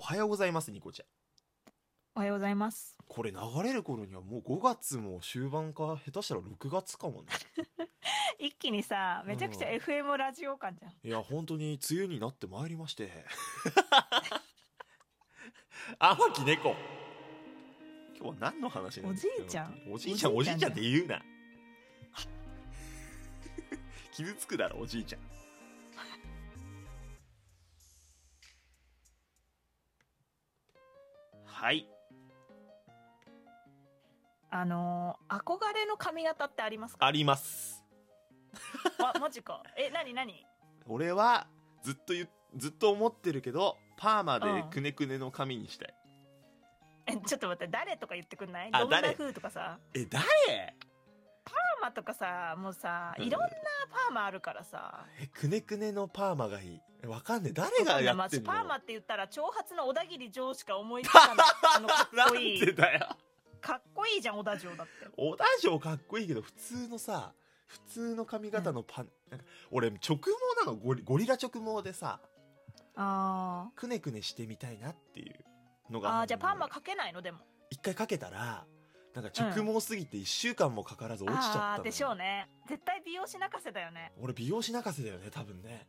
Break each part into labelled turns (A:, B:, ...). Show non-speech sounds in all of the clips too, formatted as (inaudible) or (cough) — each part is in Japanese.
A: はようございますニコちゃん
B: おはようございます。
A: これ流れる頃にはもう5月も終盤か下手したら6月かもね
B: 一気にさ、めちゃくちゃ
A: うん
B: FM ラジオ感じゃん。
A: いや本当に梅雨になってまいりまして天木猫今日は何の話なんですか
B: おじいちゃん
A: おじいちゃんお
B: お
A: じ
B: じ
A: い
B: い
A: ち
B: ち
A: ゃ
B: ゃ
A: ん
B: ん
A: って言うな傷つくだろおじいちゃんはい
B: あのー、憧れの髪型ってありますか
A: あります
B: あ、マジか。え、なになに
A: 俺はずっと言うずっと思ってるけどパーマでくねくねの髪にしたい、
B: え、 (laughs) ちょっと待って、誰とか言ってくんない
A: あ
B: どんな
A: 誰
B: 風とかさ、
A: え誰
B: パーマとかさ、もうさ、
A: うん
B: いろんなパーマあるからさ。
A: えくねくねのパーマがいいえわかんねえ誰がやってんの
B: パーマって言ったら、長髪の小田切城しか思いつ
A: (laughs)
B: かない。あの、かっこい
A: なんで
B: い。
A: だよ
B: かっこいいじゃん、小田城だって。
A: 小田城かっこいいけど普通のさ普通の髪型のパン、なんか俺直毛なのゴリゴリラ直毛でさ
B: あ
A: くねくねしてみたいなっていうの
B: あ。
A: が
B: ああ、じゃあパーマかけないのでも。
A: 一回かけたらなんか直毛すぎて1週間もかからず落ちちゃったのよ
B: ああー、でしょうね。絶対美容師泣かせだよね。
A: 俺美容師泣かせだよね多分ね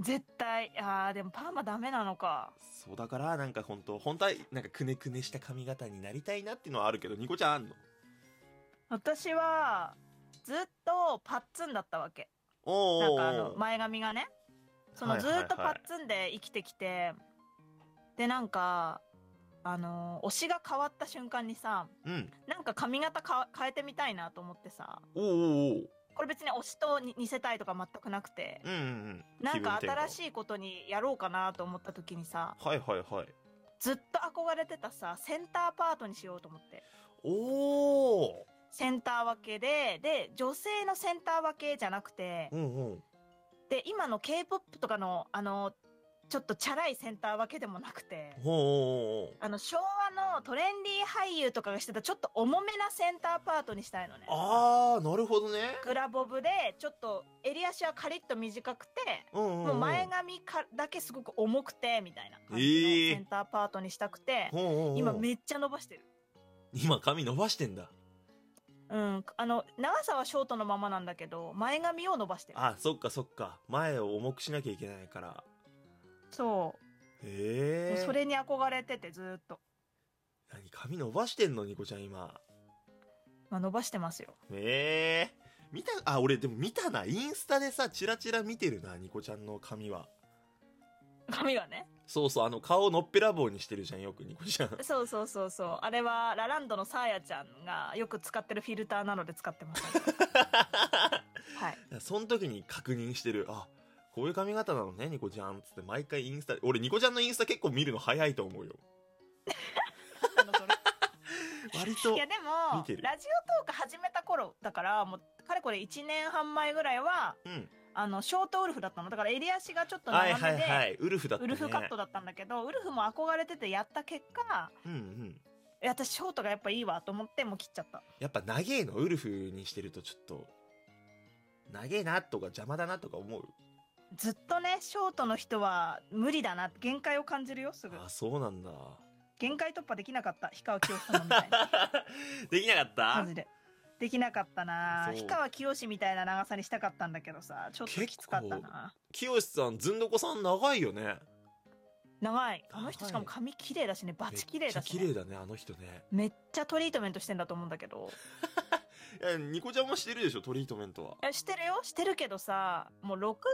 B: 絶対あーでもパーマダメなのか
A: そうだからなんか本当本当はなんかくねくねした髪型になりたいなっていうのはあるけどニコちゃんあんの
B: 私はずっとパッツンだったわけ
A: お
B: なん
A: お
B: かあの前髪がねそ
A: は
B: の
A: い
B: ず
A: はいはい
B: っとパッツンで生きてきて、でなんかあの推しが変わった瞬間にさ
A: うん
B: なんか髪型か変えてみたいなと思ってさ
A: おーおーおー
B: これ別に推しとに似せたいとか全くなくて
A: うんうんうん
B: なんか新し
A: い
B: いことにやろうかなと思った時にさ
A: はいはいはい
B: ずっと憧れてたさセンターパートにしようと思って
A: おお
B: センター分けで、で、女性のセンター分けじゃなくて
A: ー、うんうん
B: で、今の K-POP とかの、あの、ちょっとチャラいセンター分けでもなくて、
A: おーおーおー
B: あの、昭和のトレンディー俳優とかがしてたちょっと重めなセンターパートにしたいのね。
A: あーなるほどね
B: グラボブで、ちょっと襟足はカリッと短くて、
A: うんうん、うん、
B: もう前髪かだけすごく重くて、みたいな感じ
A: ええ
B: のセンターパートにしたくて、
A: おーおーおー
B: 今めっちゃ伸ばしてる。
A: 今髪伸ばしてんだ
B: うん。あの、長さはショートのままなんだけど、前髪を伸ばしてる。
A: あそっかそっか前を重くしなきゃいけないから
B: そう。
A: へ
B: もう
A: え
B: それに憧れててずーっと、
A: 何髪伸ばしてんのニコちゃん今
B: まあ、伸ばしてますよ
A: ええ見た、あ、俺でも見たな。インスタでさ、チラチラ見てるな、ニコちゃんの髪は。
B: 髪がね
A: そうそう、あの、顔のっぺらぼうにしてるじゃん、よくニコちゃ (laughs) ん。
B: そうそうそうそうあれはラランドのサーヤちゃんがよく使ってるフィルターなので使っ
A: (laughs)
B: てます、はい、
A: その時に確認してる。あ、こういう髪型なのね、ニコちゃん。つって、毎回インスタ、俺ニコちゃんのインスタ結構見るの早いと思うよ。
B: あのそれ
A: 割と (laughs)
B: いや、でも
A: 見てる
B: ラジオトーク始めた頃だからもうかれこれ1年半前ぐらいは
A: うん。
B: あのショートウルフだったのだから襟足がちょっと長
A: は
B: め
A: い
B: で、
A: はいはい。ウルフだった
B: ウ
A: ね。
B: ルフカットだったんだけどウルフも憧れててやった結果
A: うんうん。
B: いや私ショートがやっぱいいわと思ってもう切っちゃった
A: やっぱ長えの、ウルフにしてるとちょっと、長えなとか邪魔だなとか思う。
B: ずっとね、ショートの人は無理だな。限界を感じるよ、すぐ。
A: あ、そうなんだ。 (laughs)
B: 限界突破できなかった。氷川きよし様みたいな。
A: できなかった
B: マジで。できなかったな
A: そう
B: 氷川きよしみたいな長さにしたかったんだけどさ、ちょっときつかった
A: 結
B: な。
A: 清さん、ずんどこさん長いよね。
B: 長い。あの人
A: 長い
B: しかも髪綺麗だしね、バチ綺麗だ
A: め
B: し、
A: っちゃ綺麗
B: ね。
A: だね、あの人ね。
B: めっちゃトリートメントしてんだと思うんだけど。
A: いや、ニコちゃんもしてるでしょ、トリートメントは。
B: えしてるよしてるけどさ、もう6月、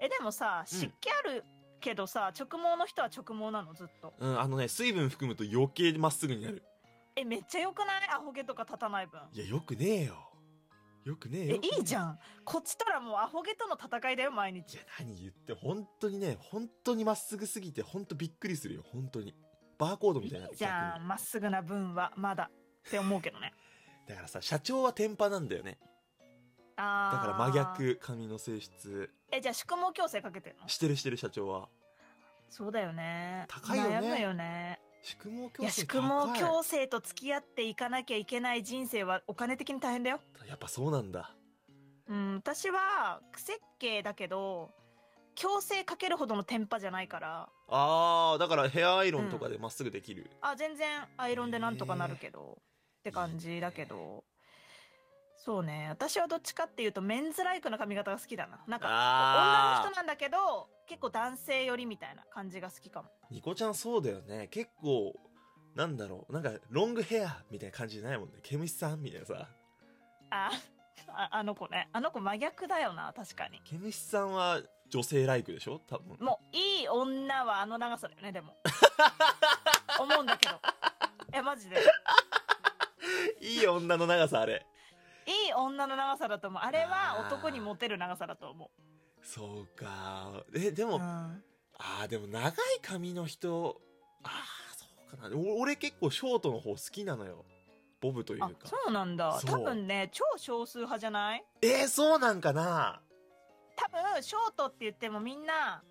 B: え、でもさ、
A: うん
B: 湿気あるけどさ、直毛の人は直毛なの、ずっと。
A: うん、あのね、水分含むと余計まっすぐになる。
B: え、めっちゃ良くないアホ毛とか立たない分。
A: いや、よくねえよ。よくねえ
B: え、
A: よ。
B: いいじ
A: ん。
B: ゃん。こっちとらもうアホ毛との戦いだよ、毎
A: い
B: 日
A: や。、何言って、本当にね、本当にまっすぐすぎて、本当びっくりするよ、本当に。バーコードみたいになっ
B: い
A: て
B: いじゃ
A: 逆
B: ん。
A: に
B: まっすぐな分は、まだ。って思うけどね。
A: だからさ、社長は天パなんだよね。だ
B: あー
A: から真。逆、髪の性質。
B: え、じゃあ宿毛矯正かけてんの
A: してるしてる社長は。
B: そうだよね。
A: 高いよね
B: 悩むよね。
A: 宿毛
B: い
A: 矯
B: や、
A: 正
B: 宿毛
A: 高い。
B: 矯正と付き合っていかなきゃいけない人生はお金的に大変だよ。
A: やっぱそうなんだ。
B: うん、私は、癖っ毛だけど、矯正かけるほどのテンパじゃないから、
A: ああだからヘアアイロンとかでまっすぐできる、
B: あ全然アイロンでなんとかなるけど、って感じだけどそうね私はどっちかっていうとメンズライクな髪型が好きだななんか女
A: あ
B: の
A: あ
B: 人なんだけど結構男性寄りみたいな感じが好きかも
A: ニコちゃんそうだよね結構なんだろうなんかロングヘアみたいな感じじゃないもんね毛虫さんみたいなさ
B: あああの子ねあの子真逆だよな確かに
A: 毛虫さんは女性ライクでしょ多分
B: もういい女はあの長さだよね
A: (laughs)
B: でも思うんだけどえマジで
A: いい女の長さあれ
B: いい女の長さだと思うあれ
A: あ
B: は
A: ー
B: 男にモテる長さだと思
A: そうかえで
B: う、
A: も、
B: う
A: あ
B: ん、
A: あでも長い髪の人ああそうかなお俺結構ショートの方好きなのよボブというか
B: あそうなんだ
A: そう
B: 多分ね超少数派じゃない
A: えー、そうなんかな
B: 多分ショートって言ってもみんな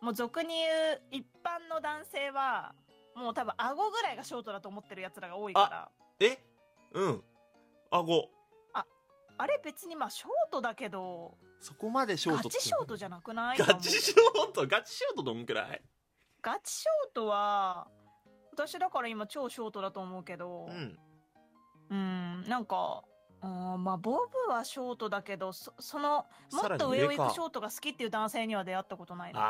B: もう俗に言う一般の男性はもう多分顎ぐらいがショートだと思ってるやつらが多いから
A: えうん顎
B: あれ別にまあショートだけど
A: そこまでショー
B: ガ
A: ト
B: チショートじゃなくない
A: ガチショートガチショートどんくらい
B: ガチショートは私だから今超ショートだと思うけど
A: うん
B: うんなんかうんまあボブはショートだけどそそのも
A: さらに
B: っと
A: 上
B: 上を行
A: か
B: くショートが好きっていう男性には出会ったことないな
A: あ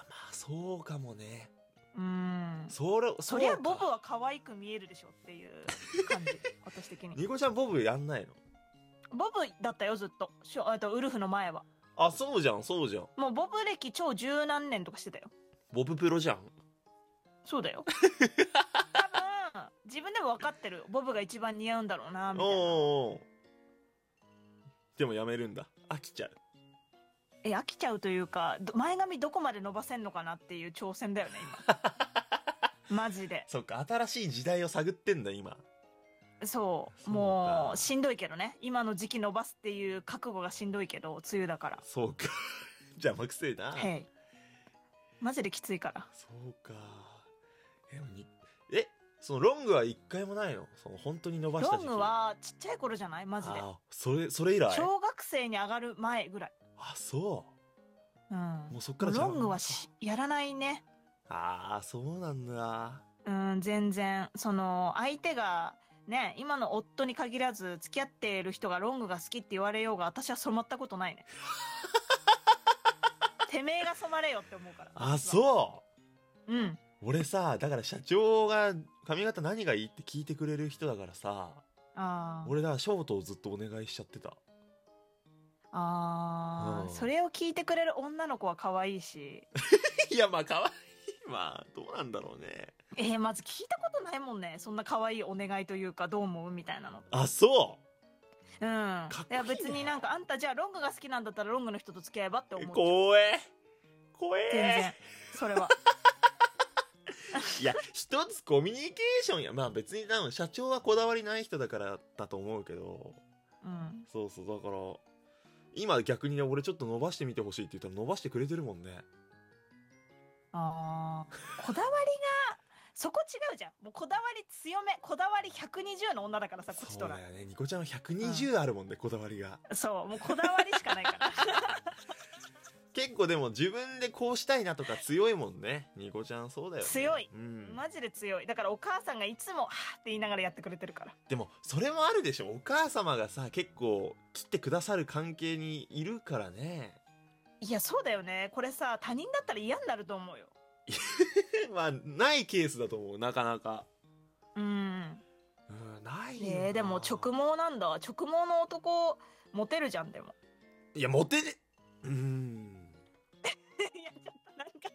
A: あまあそうかもね
B: うん
A: それ
B: そりゃボブは可愛く見えるでしょっていう
A: (laughs)
B: 感じ私的に
A: ニコちゃんボブやんないの
B: ボブだったよずっとしょあとウルフの前は
A: あそうじゃんそうじゃん
B: もうボブ歴超十何年とかしてたよ
A: ボブプロじゃん
B: そ
A: (laughs)
B: うだよ多分自分でも分かってるボブが一番似合うんだろうなみ
A: お
B: た
A: う
B: いな
A: おうおうでもやめるんだ飽きちゃう
B: え飽きちゃうというかど前髪どこまで伸ばせんのかなっていう挑戦だよね今
A: (laughs)
B: マジで
A: そっか新しい時代を探ってんだ今
B: そう
A: そうか
B: もうしんどいけどね今の時期伸ばすっていう覚悟がしんどいけど梅雨だから
A: そうか (laughs) 邪魔くせえな
B: へいマジできついから
A: そうかえにえそのロングは一回もないのその本当に伸ばした
B: ロ
A: 時
B: ン
A: 期
B: グはちっちゃい頃じゃないマジで
A: あーそれそれ以来
B: 小学生に上がる前ぐらい、
A: あそ
B: うん、
A: うもうそっから
B: ロングはしやらないね
A: ああそうなんだ
B: うん全然その相手がね今の夫に限らず付き合っている人がロングが好きって言われようが私は染まったことな
A: (laughs)
B: いねてめえが染まれよって思うから
A: あそう
B: うん
A: う俺さだから社長が髪型何がいいって聞いてくれる人だからさ
B: あー
A: 俺だからショートをずっとお願いしちゃってた
B: あー
A: うん
B: それを聞いてくれる女の子は可愛
A: (laughs)
B: いし
A: (laughs) いやまあ可愛いまあどうなんだろうね
B: えー、まず聞いたことないもんねそんな可愛いお願いというかどう思うみたいなの
A: あそ
B: うん。
A: っこいい
B: い
A: ね
B: や別になんかあんたじゃあロングが好きなんだったらロングの人と付き合えばって
A: う
B: 思う。
A: 怖え怖
B: 全
A: え
B: 然。それは。
A: いや一つコミュニケーションやまあ別に多分社長はこだわりない人だからだと思うけど
B: うん。
A: そうそうだから今逆にね俺ちょっと伸ばしてみてほしいって言ったら伸ばしてくれてるもんね
B: ああ。こだわりが、そこ違うじゃん。もうこだわり強め。こだわり120の女だからさ、こっち
A: そ
B: と
A: う
B: ら
A: だ。よねニコちゃんは120あるもんね、こだわりが
B: そう。もうこだわりしかないから。
A: 結構でも自分でこうしたいなとか強いもんねニコちゃんそうだよね、
B: 強い
A: うん、
B: マジで強い。だからお母さんがいつも、はーって言いながらやってくれてるから。
A: でもそれもあるでしょお母様がさ結構切ってくださる関係にいるからね (laughs)
B: いや、そうだよね。これさ、他人だったら嫌になると思うよ。
A: まあないケースだと思うなかなか
B: うん。
A: うんないよな
B: えー、でも直毛なんだ。直毛の男、モテるじゃん、でも。
A: いやモテてうん
B: (laughs) いや、ちょっとなんか。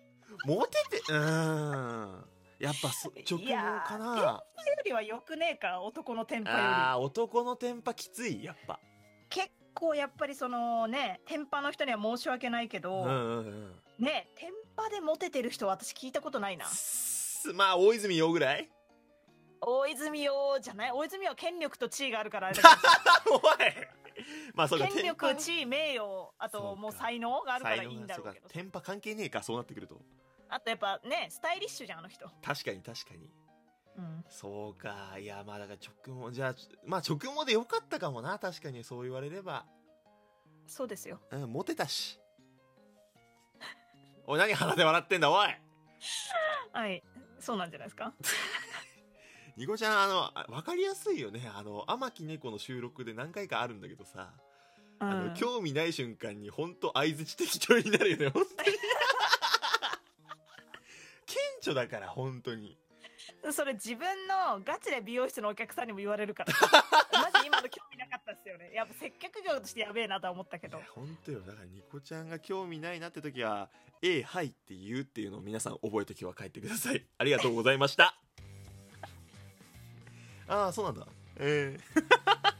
A: モテてうんやっぱそ直毛
B: いや
A: か
B: え
A: な
B: よりは良くねえか男のテンパよ
A: あー男のテンパきついやっぱ
B: り結構やっぱりそのねテンパの人には申し訳ないけ
A: うん
B: ど、
A: うんうん
B: ねテンパでモテてる人は私聞いたことないな
A: すまあ大泉洋ぐらい
B: 大泉洋じゃない大泉洋は権力と地位があるからあれだ
A: おいま (laughs) あそ
B: け
A: う
B: ど
A: か
B: 権
A: テ
B: 力
A: ンパ
B: 地位名誉あ
A: そう
B: と
A: か
B: もう才能があるから
A: 才
B: いい
A: 能が
B: んだ
A: そう
B: ろう
A: か
B: けど
A: テンパ関係ねえかそうなってくると
B: あとやっぱねスタイリッシュじゃんあの人、
A: 確かに確かに
B: うん、
A: そうかいやまあだから直毛じゃあまあ直毛でよかったかもな確かにそう言われれば
B: そうですよ
A: (laughs) うんモテたしおい何鼻で笑ってんだおい
B: はい。そうなんじゃないですか
A: ニコちゃん、あのあ、わかりやすいよね。あの、天木猫の収録で何回かあるんだけどさ、あ
B: う
A: の、
B: ん
A: 興味ない瞬間に本当相槌適当になるよね、本当
B: (laughs)
A: に。顕著だから、本当に。
B: それ自分のガチで美容室のお客さんにも言われる
A: (laughs)
B: から。マジ今の興味なかったですよね。やっぱ接客業としてやべえなとは思ったけ
A: い
B: ど
A: や。本当よ。だから、ニコちゃんが興味ないなって時は、ええ、はいって言うっていうのを皆さん覚えて今日は帰ってください。ありが
B: (laughs)
A: とうございました。ああ、そうなんだ。ええ